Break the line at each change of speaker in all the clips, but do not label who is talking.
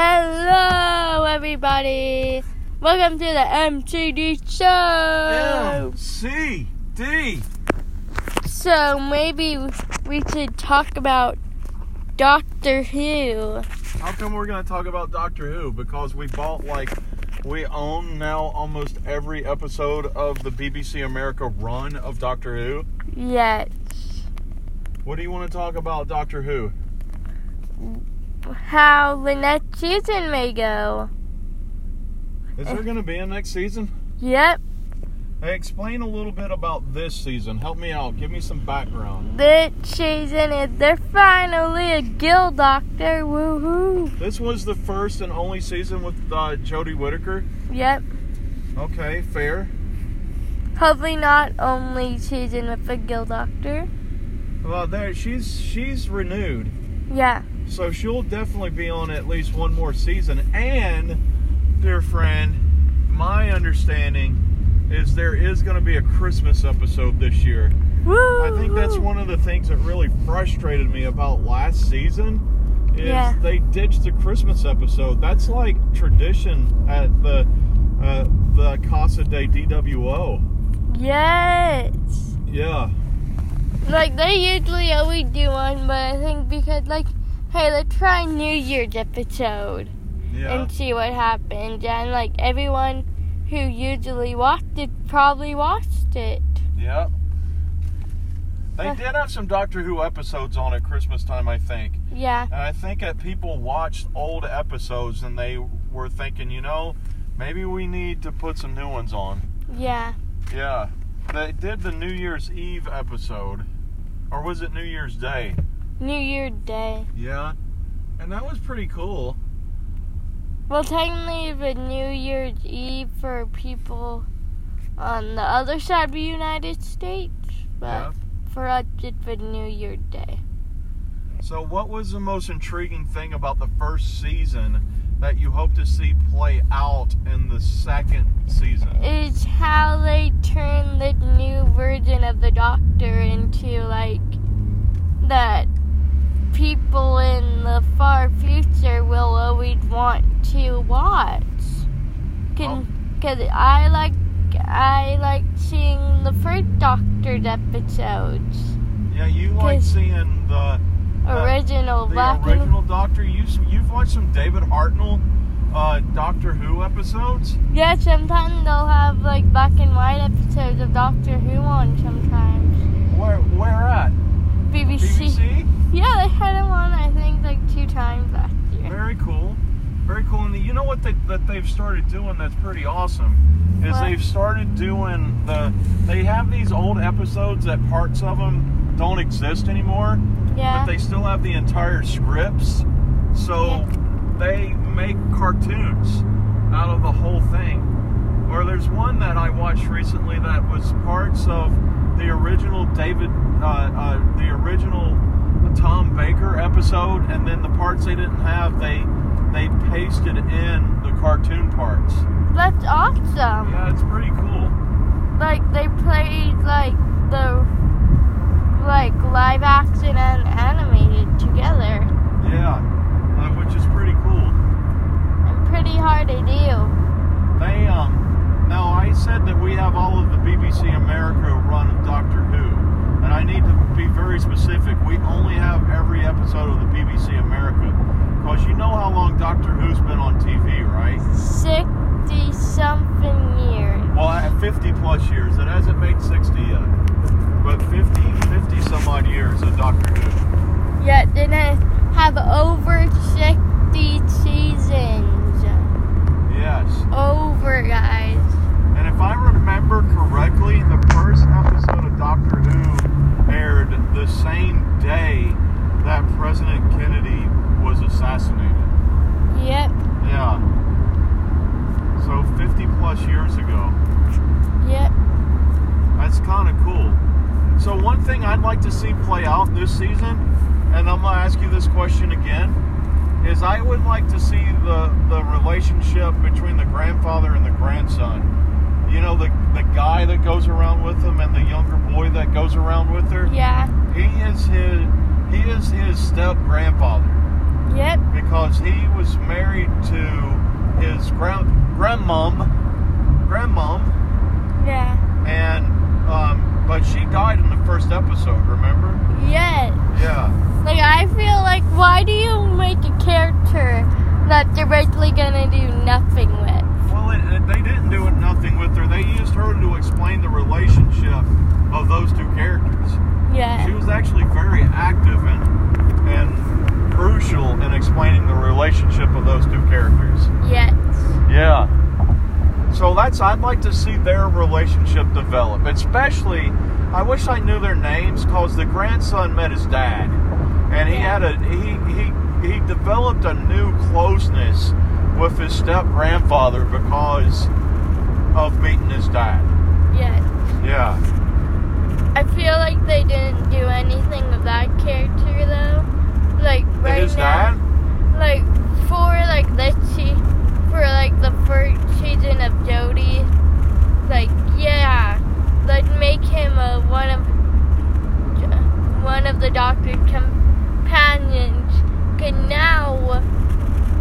Hello, everybody. Welcome to the MTD show.
L C D.
So maybe we should talk about Doctor Who.
How come we're gonna talk about Doctor Who? Because we bought like we own now almost every episode of the BBC America run of Doctor Who.
Yes.
What do you want to talk about Doctor Who?
How the next season may go.
Is there gonna be a next season?
Yep.
Hey, explain a little bit about this season. Help me out. Give me some background.
This season is they're finally a guild doctor. Woohoo.
This was the first and only season with uh, Jodie Whittaker.
Yep.
Okay, fair.
Hopefully not only season with the guild doctor.
Well, there she's she's renewed.
Yeah.
So she'll definitely be on at least one more season. And, dear friend, my understanding is there is going to be a Christmas episode this year.
Woo.
I think that's one of the things that really frustrated me about last season is
Yeah.
they ditched the Christmas episode. That's like tradition at the uh, the Casa de DWO.
Yes.
Yeah.
Like they usually always do one, but I think because like, hey, let's try New Year's episode
Yeah.
and see what happens. And like everyone who usually watched it probably watched it.
Yeah. They
Uh.
did have some Doctor Who episodes on at Christmas time, I think.
Yeah,
And I think that people watched old episodes and they were thinking, you know, maybe we need to put some new ones on.
yeah,
Yeah. They did the New Year's Eve episode. Or was it New Year's Day?
New Year's Day.
Yeah. And that was pretty cool.
Well, technically, it was New Year's Eve for people on the other side of the United States, but for us, it was New Year's Day.
So, what was the most intriguing thing about the first season that you hope to see play out in the second season?
is how they turn the new version of the Doctor into like that people in the far future will always want to watch. Can because I like I like seeing the first Doctor's episodes,
Yeah, you like
'Cause-
seeing the Uh,
original
the
black
original Doctor. You you've watched some David Hartnell uh, Doctor Who episodes.
and yeah. Sometimes they'll have like black and white episodes of Doctor Who on sometimes.
Where where at BBC?
Yeah, they had him on, I think, like two times last year.
Very cool, very cool. And you know what they, that they've started doing that's pretty awesome is
What?
they've started doing the they have these old episodes that parts of them don't exist anymore,
Yeah.
but they still have the entire scripts. So they make cartoons out of the whole thing. Or there's one that I watched recently that was parts of the original David, uh, uh, the original Tom Baker episode, and then the parts they didn't have, they they pasted in the cartoon parts.
That's awesome.
Yeah, it's pretty cool.
Like they played like the like live action and animated together.
Yeah, uh, which is pretty cool.
And pretty hard to do.
They um now I said that we have all of the BBC America run of Doctor Who, and I need to be very specific. We only have every episode of the BBC America because you know how long Doctor Who's been on TV, right?
Sixty something years.
Well, at 50 plus years. It hasn't made 60 yet, but 50, 50 some odd years of Doctor Who.
Yet didn't have over sixty seasons.
Yes.
Over guys.
And if I remember correctly, the first episode of Doctor Who aired the same day that President Kennedy was assassinated.
Yep.
Yeah. So 50 plus years ago.
Yep.
That's kind of cool. So, one thing I'd like to see play out this season, and I'm going to ask you this question again, is I would like to see the, the relationship between the grandfather and the grandson. You know, the, the guy that goes around with him and the younger boy that goes around with her.
Yeah.
He is his he is his step grandfather.
Yep.
because he was married to his grand grandmom, grandmom,
Yeah.
and um, but she died in the first episode. Remember?
Yes.
Yeah.
Like I feel like why do you make a character that they're basically gonna do nothing with?
Well, it, it- they didn't do it nothing with her. They used her to explain the relationship of those two characters. She
Yeah.
was actually very active and and crucial in explaining the relationship of those two characters.
Yes.
Yeah. So that's I'd like to see their relationship develop. Especially I wish I knew their names cause the grandson met his dad. And he had a he he he developed a new closeness with his step grandfather because of meeting his dad.
Yes.
Yeah.
I feel like they didn't do anything with that character though. Like
And
right
his
now.
dad?
Like for like this se- for like the first season of Jody. Like yeah, like make him a one of one of the doctor's companions. Cause now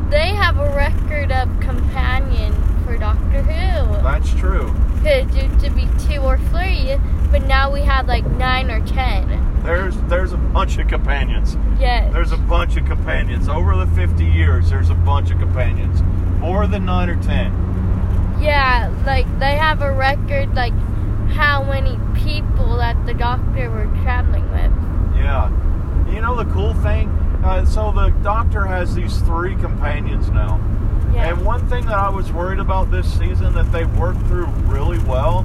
they have a record of companion for Doctor Who.
That's true.
Cause it used to be two or three, but now we have like nine or ten.
There's there's a bunch of companions.
Yes.
There's a bunch of companions. Over the 50 years, there's a bunch of companions. More than 9 or 10.
Yeah, like they have a record like how many people that the doctor were traveling with.
Yeah. You know the cool thing? Uh, so the doctor has these three companions now.
Yeah.
And one thing that I was worried about this season that they worked through really well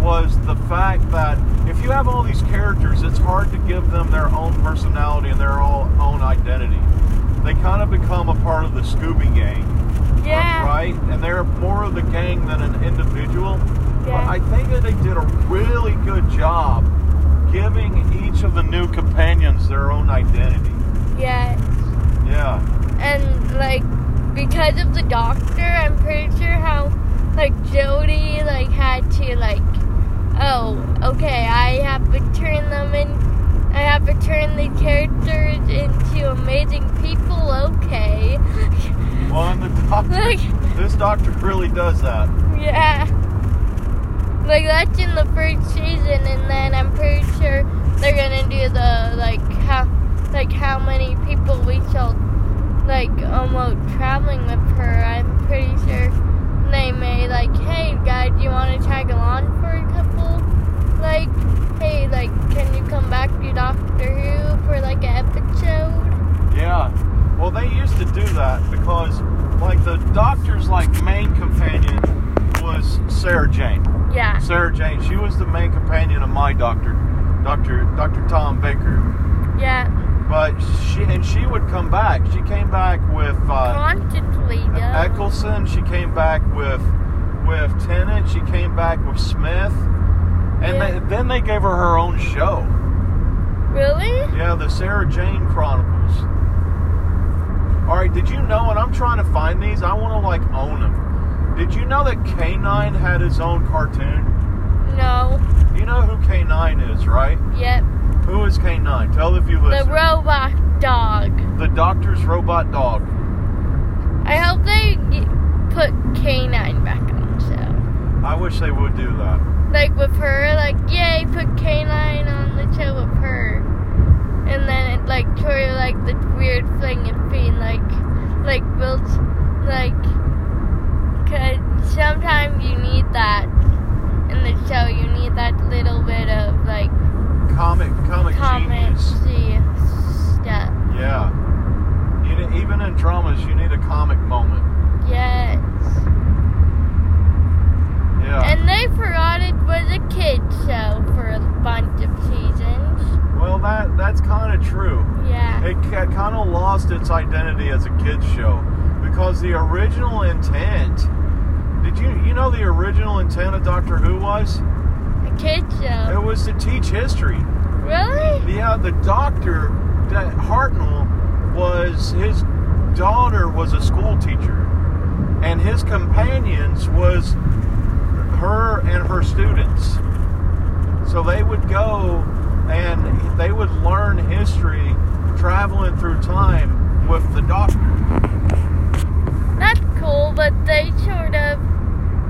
was the fact that if you have all these characters, it's hard to give them their own personality and their all, own identity. They kind of become a part of the Scooby gang,
yeah.
right? And they're more of the gang than an individual. But
Yeah.
I think that they did a really good job giving each of the new companions their own identity.
yeah.
Yeah.
And like because of the doctor, I'm pretty sure how like Jody like had to like oh, okay, I have to turn them in I have to turn the characters into amazing people, okay.
Well, and the
like
doctor, this doctor really does that.
Yeah. Like that's in the first season, and then I'm pretty sure they're gonna do the like how like how many people we shall like almost traveling with her. I'm pretty sure they may like, hey guys, you want to tag along for a couple? Like, hey, like can you come back to Doctor Who for like an episode?
Yeah. Well, they used to do that because, like, the doctor's like main companion was Sarah Jane.
Yeah.
Sarah Jane. She was the main companion of my doctor, Doctor Doctor Tom Baker.
Yeah.
But she and she would come back. She came back with. Uh,
Constantly though.
Eccleson. She came back with with Tennant. She came back with Smith, and
Yeah.
they, then they gave her her own show.
Really?
Yeah, the Sarah Jane Chronicles. All right, did you know? And I'm trying to find these. I want to like own them. Did you know that K9 had his own cartoon?
No.
You know who K9 is, right?
Yep.
Who is K9? Tell the few
The
listeners.
robot dog.
the doctor's robot dog.
I hope they get- put K9 back on the show.
I wish they would do that.
Like with her, like, yay, put K9 on the show with her. And then it, like, sort of like the weird thing and being like, like, built, like, cause sometimes you need that in the show. You need that little bit of, like,
Comic, comic,
comic
genius.
stuff.
Yeah. You need, even in dramas, you need a comic moment.
Yes.
Yeah.
And they forgot it was a kids show for a bunch of seasons.
well, that that's kind of true.
Yeah.
It kind of lost its identity as a kids show because the original intent. Did you you know the original intent of Doctor Who was?
A kids
It
show.
was to teach history.
Really?
Yeah, the doctor that Hartnell was his daughter was a school teacher, and his companions was her and her students. So they would go and they would learn history, traveling through time, with the doctor.
That's cool, but they sort of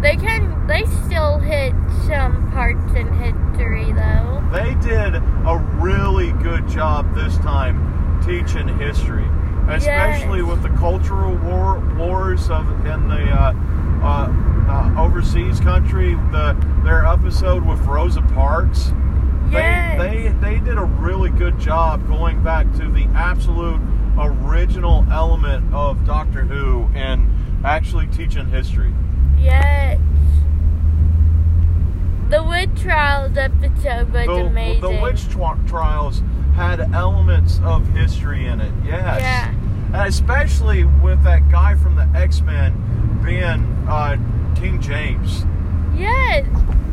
they can they still hit some parts in history though.
They did a really good job this time teaching history, especially
Yes.
with the cultural war wars of in the uh, uh, uh, overseas country. The their episode with Rosa Parks.
Yes.
They, they they did a really good job going back to the absolute original element of Doctor Who and actually teaching history.
Yes. The Wood Trials episode was amazing.
the witch twa- trials had elements of history in it. Yes.
Yeah.
And especially with that guy from the X Men being uh, King James.
Yes.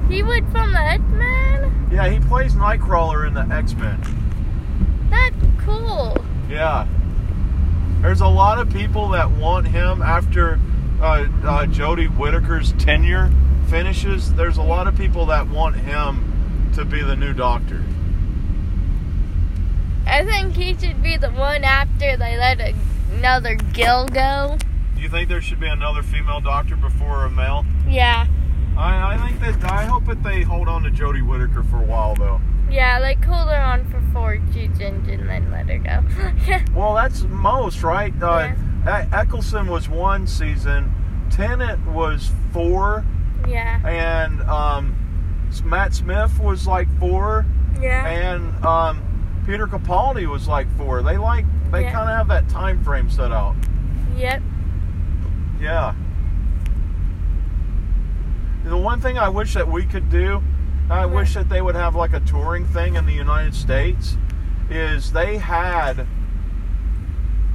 He was from the X Men?
Yeah, he plays Nightcrawler in the X Men.
That's cool.
Yeah. There's a lot of people that want him after uh, uh, Jodie Whittaker's tenure finishes. There's a lot of people that want him to be the new Doctor.
I think he should be the one after they let a- another Gil go.
Do you think there should be another female Doctor before a male?
Yeah.
I, I think that I hope that they hold on to Jodie Whittaker for a while though.
Yeah, like hold her on for four seasons and then let her go.
Well, that's most right. Uh, E- Eccleston was one season, Tennant was four,
yeah.
and um, S- Matt Smith was like four,
Yeah.
and um, Peter Capaldi was like four. They like they
Yeah.
kind of have that time frame set out.
Yep.
Yeah. The one thing I wish that we could do, I
What?
wish that they would have like a touring thing in the United States, is they had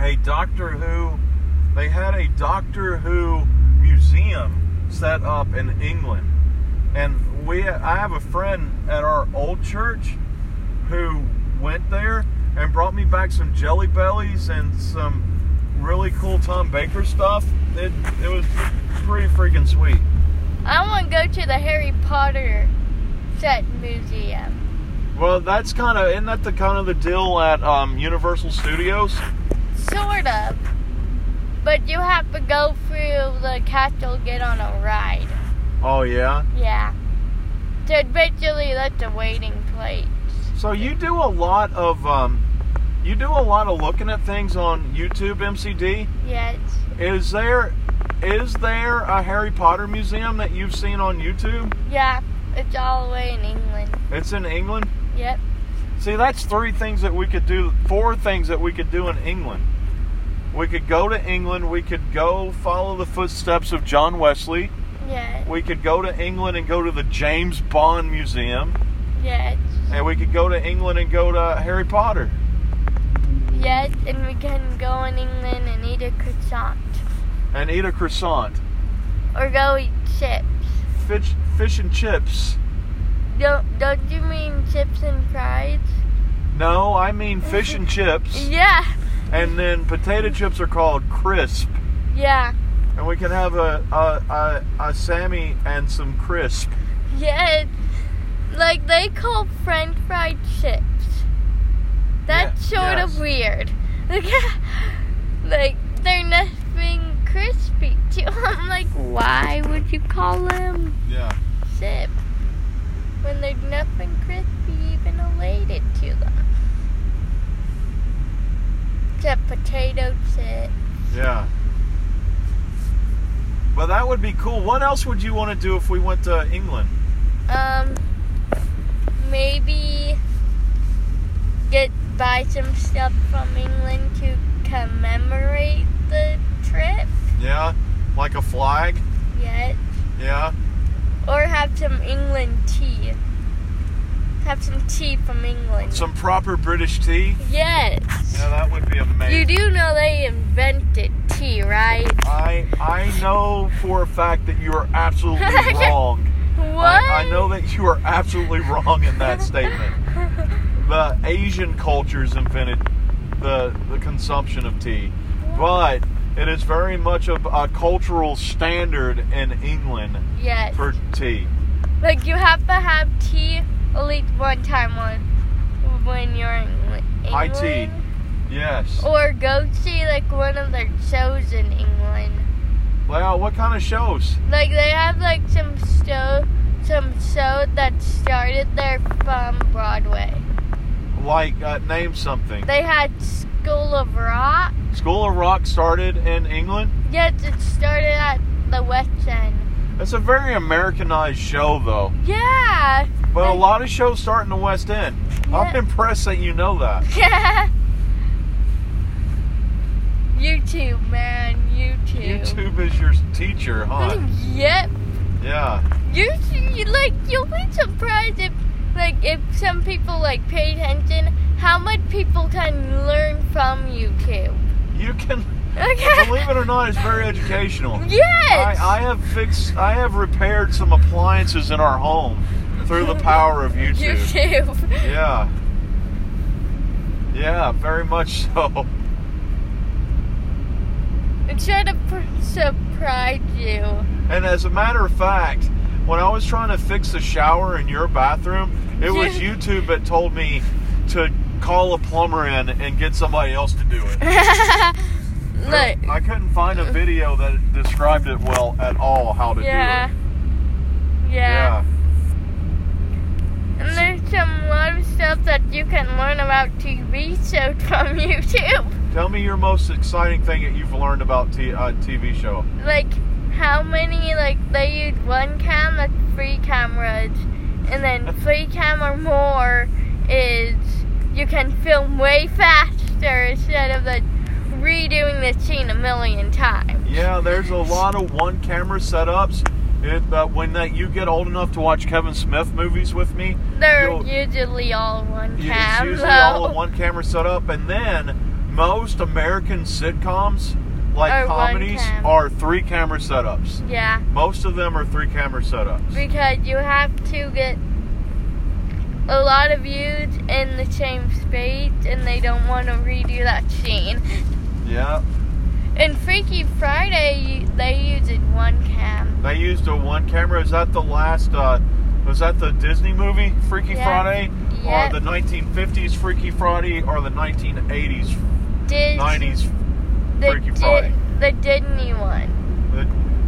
a Doctor Who, they had a Doctor Who museum set up in England, and we, I have a friend at our old church who went there and brought me back some jelly bellies and some really cool Tom Baker stuff. It, it was pretty freaking sweet.
I want to go to the Harry Potter set museum.
Well, that's kind of isn't that the kind of the deal at um, Universal Studios?
Sort of. But you have to go through the castle, get on a ride.
Oh yeah.
Yeah. So eventually that's a waiting place.
So you do a lot of um, you do a lot of looking at things on YouTube, MCD.
Yes.
Is there is there a Harry Potter museum that you've seen on YouTube?
Yeah. It's all the way in England.
It's in England.
Yep.
See, that's three things that we could do, four things that we could do in England. We could go to England, we could go follow the footsteps of John Wesley,
Yes.
we could go to England and go to the James Bond Museum,
Yes.
and we could go to England and go to Harry Potter.
Yes. And we can go in England and eat a croissant.
And eat a croissant,
Or go eat chips.
fish, fish and chips.
Don't, don't you mean chips and fries?
No, I mean fish and chips.
Yeah.
And then potato chips are called crisp.
Yeah.
And we can have a, a, a, a Sammy and some crisp.
Yeah, it, like they call French fried chips. That's
Yeah,
sort
yes.
of weird. Like, like they're nothing crispy too. I'm like, why would you call them
Yeah.
chips when there's nothing crispy even related to them? Except potato chips.
Yeah. But that would be cool. What else would you want to do if we went to England?
Um, maybe get buy some stuff from England to commemorate the trip.
Yeah. Like a flag?
Yes,
Yeah.
or have some England tea. Have some tea from England.
Some proper British tea?
yes.
Yeah, that would be
You
amazing.
do know they invented tea, right?
I I know for a fact that you are absolutely wrong.
What?
I, I know that you are absolutely wrong in that statement. The Asian cultures invented the the consumption of tea. But it is very much of a cultural standard in England
yes.
for tea.
Like you have to have tea at least one time on when you're in England.
High tea. Yes.
Or go see like one of their shows in England.
Well, what kind of shows?
Like they have like some show, some show that started there from Broadway.
Like, uh, name something.
They had School of Rock.
School of Rock started in England.
Yes, it started at the West End.
It's a very Americanized show, though.
Yeah.
But a lot of shows start in the West End. I'm
Yeah.
impressed that you know that.
YouTube, man, YouTube.
YouTube is your teacher, huh?
yep.
yeah.
You should- you- like you'll be surprised if like if some people like pay attention how much people can learn from YouTube.
You can
Okay.
believe it or not, it's very educational.
Yes.
I, I have fixed, I have repaired some appliances in our home through the power of YouTube.
YouTube.
Yeah. Yeah, very much so.
It should have pr- surprised you.
And as a matter of fact, when I was trying to fix the shower in your bathroom, it was YouTube that told me to call a plumber in and get somebody else to do it.
Look.
I couldn't find a video that described it well at all how to
Yeah.
do it.
Yeah. And there's some lot of stuff that you can learn about TV shows from YouTube.
Tell me your most exciting thing that you've learned about t- uh, TV show.
like how many like they use one cam like three cameras and then three camera more is you can film way faster instead of like redoing the scene a million times
Yeah, there's a lot of one camera setups. It, uh, when that you get old enough to watch Kevin Smith movies with me,
they're
You'll-
usually all one
You-
cam
It's usually
though.
all a one camera setup, and then most American sitcoms, like
Are Oh, one
comedies,
cam.
are three camera setups.
yeah
Most of them are three camera setups.
because you have to get a lot of views in the same space and they don't want to redo that scene
Yeah,
In Freaky Friday, they used one cam.
they used a one camera. Is that the last? Uh, was that the Disney movie Freaky
Yeah.
Friday,
Yeah.
or the 1950s Freaky Friday, or the 1980s
Dis-
90s?
the
Freaky Friday.
The Disney one.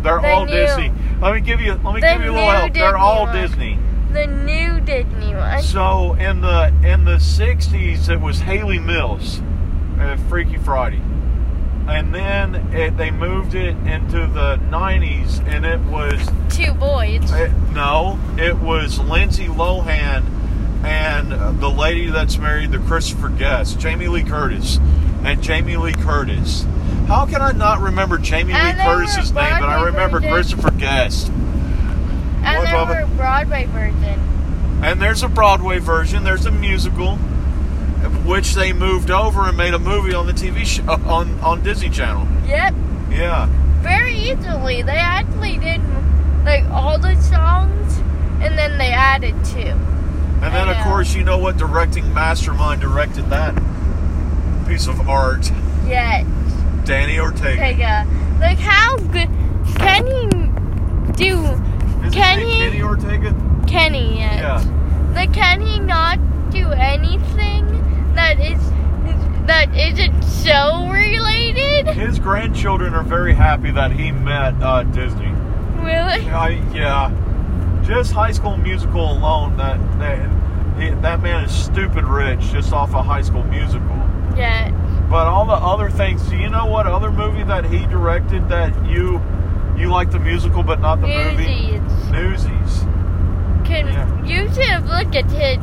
They're
The
all
new-
Disney. Let me give you. Let me
The
give you a
new
little help. They're
Disney
all
one.
Disney.
The new Disney one.
So in the in the '60s, it was Haley Mills, uh, Freaky Friday, and then it, they moved it into the '90s, and it was
Two boys.
it, no, it was Lindsay Lohan and uh, the lady that's married to Christopher Guest, Jamie Lee Curtis, and Jamie Lee Curtis. How can I not remember Jamie
And
Lee
they were
Curtis's name, but I
Broadway
remember
versions.
Christopher Guest?
and
what,
there
Bubba?
were Broadway version.
And there's a Broadway version. There's a musical, which they moved over and made a movie on the TV show uh, on on Disney Channel.
Yep.
Yeah,
Very easily. They actually did like all the songs, and then they added two.
and then of
Yeah.
course you know what directing mastermind directed that piece of art,
Yes.
Danny Ortega.
Ortega. Like how good can he do?
Is
Can
his name
you-
Kenny Ortega?
Kenny yet.
Yeah.
Like, can he not do anything that is that isn't so related?
His grandchildren are very happy that he met uh, Disney.
Really?
I, yeah, just High School Musical alone, that that he, that man is stupid rich just off of High School Musical.
Yeah.
But all the other things, do you know what other movie that he directed that you you like the musical but not the movie?
Newsies.
Newsies.
Can
Yeah.
you should have looked at his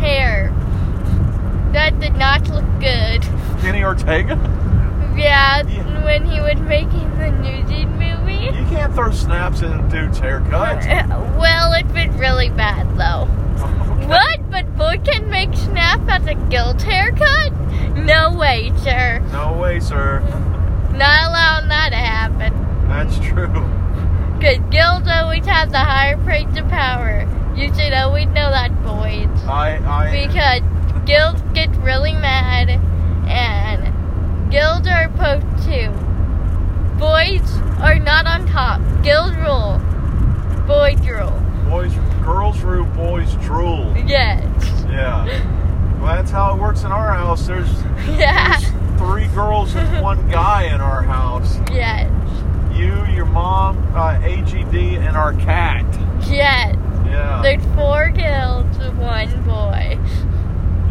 hair? That did not look good.
Kenny Ortega?
Yeah,
Yeah.
when he was making the Newsies movie.
You can't throw snaps at a dude's haircut.
Well, it was really bad though. What? But boy can make snap as a guilt haircut? No way, sir.
No way, sir.
Not allowing that to happen.
That's true.
Because guilt always has the higher praise of power. You should always know that, boys.
I I
Because guilt gets really mad, and guild are opposed to. Boys are not on top. Guild rule. Boys rule.
boys girls rule boys drool.
Yes.
Yeah. Well, that's how it works in our house. There's
Yeah.
three girls and one guy in our house.
Yes.
You, your mom, uh, AGD, and our cat.
Yes.
Yeah.
There's four girls, one boy.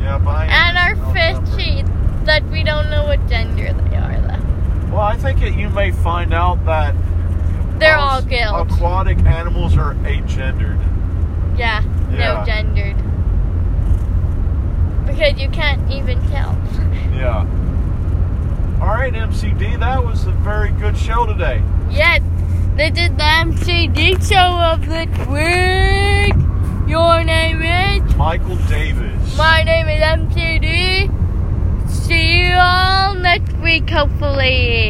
yeah, but I
And our
don't remember.
fishies that we don't know what gender they are though.
Well, I think that you may find out that
They're all
most
gilled.
Aquatic animals are agendered.
Yeah,
Yeah.
no gendered. Because you can't even tell.
Yeah. All right, MCD, that was a very good show today.
Yes, this is the MCD show of the week. Your name is?
Michael Davis.
My name is MCD. See you all next week, hopefully.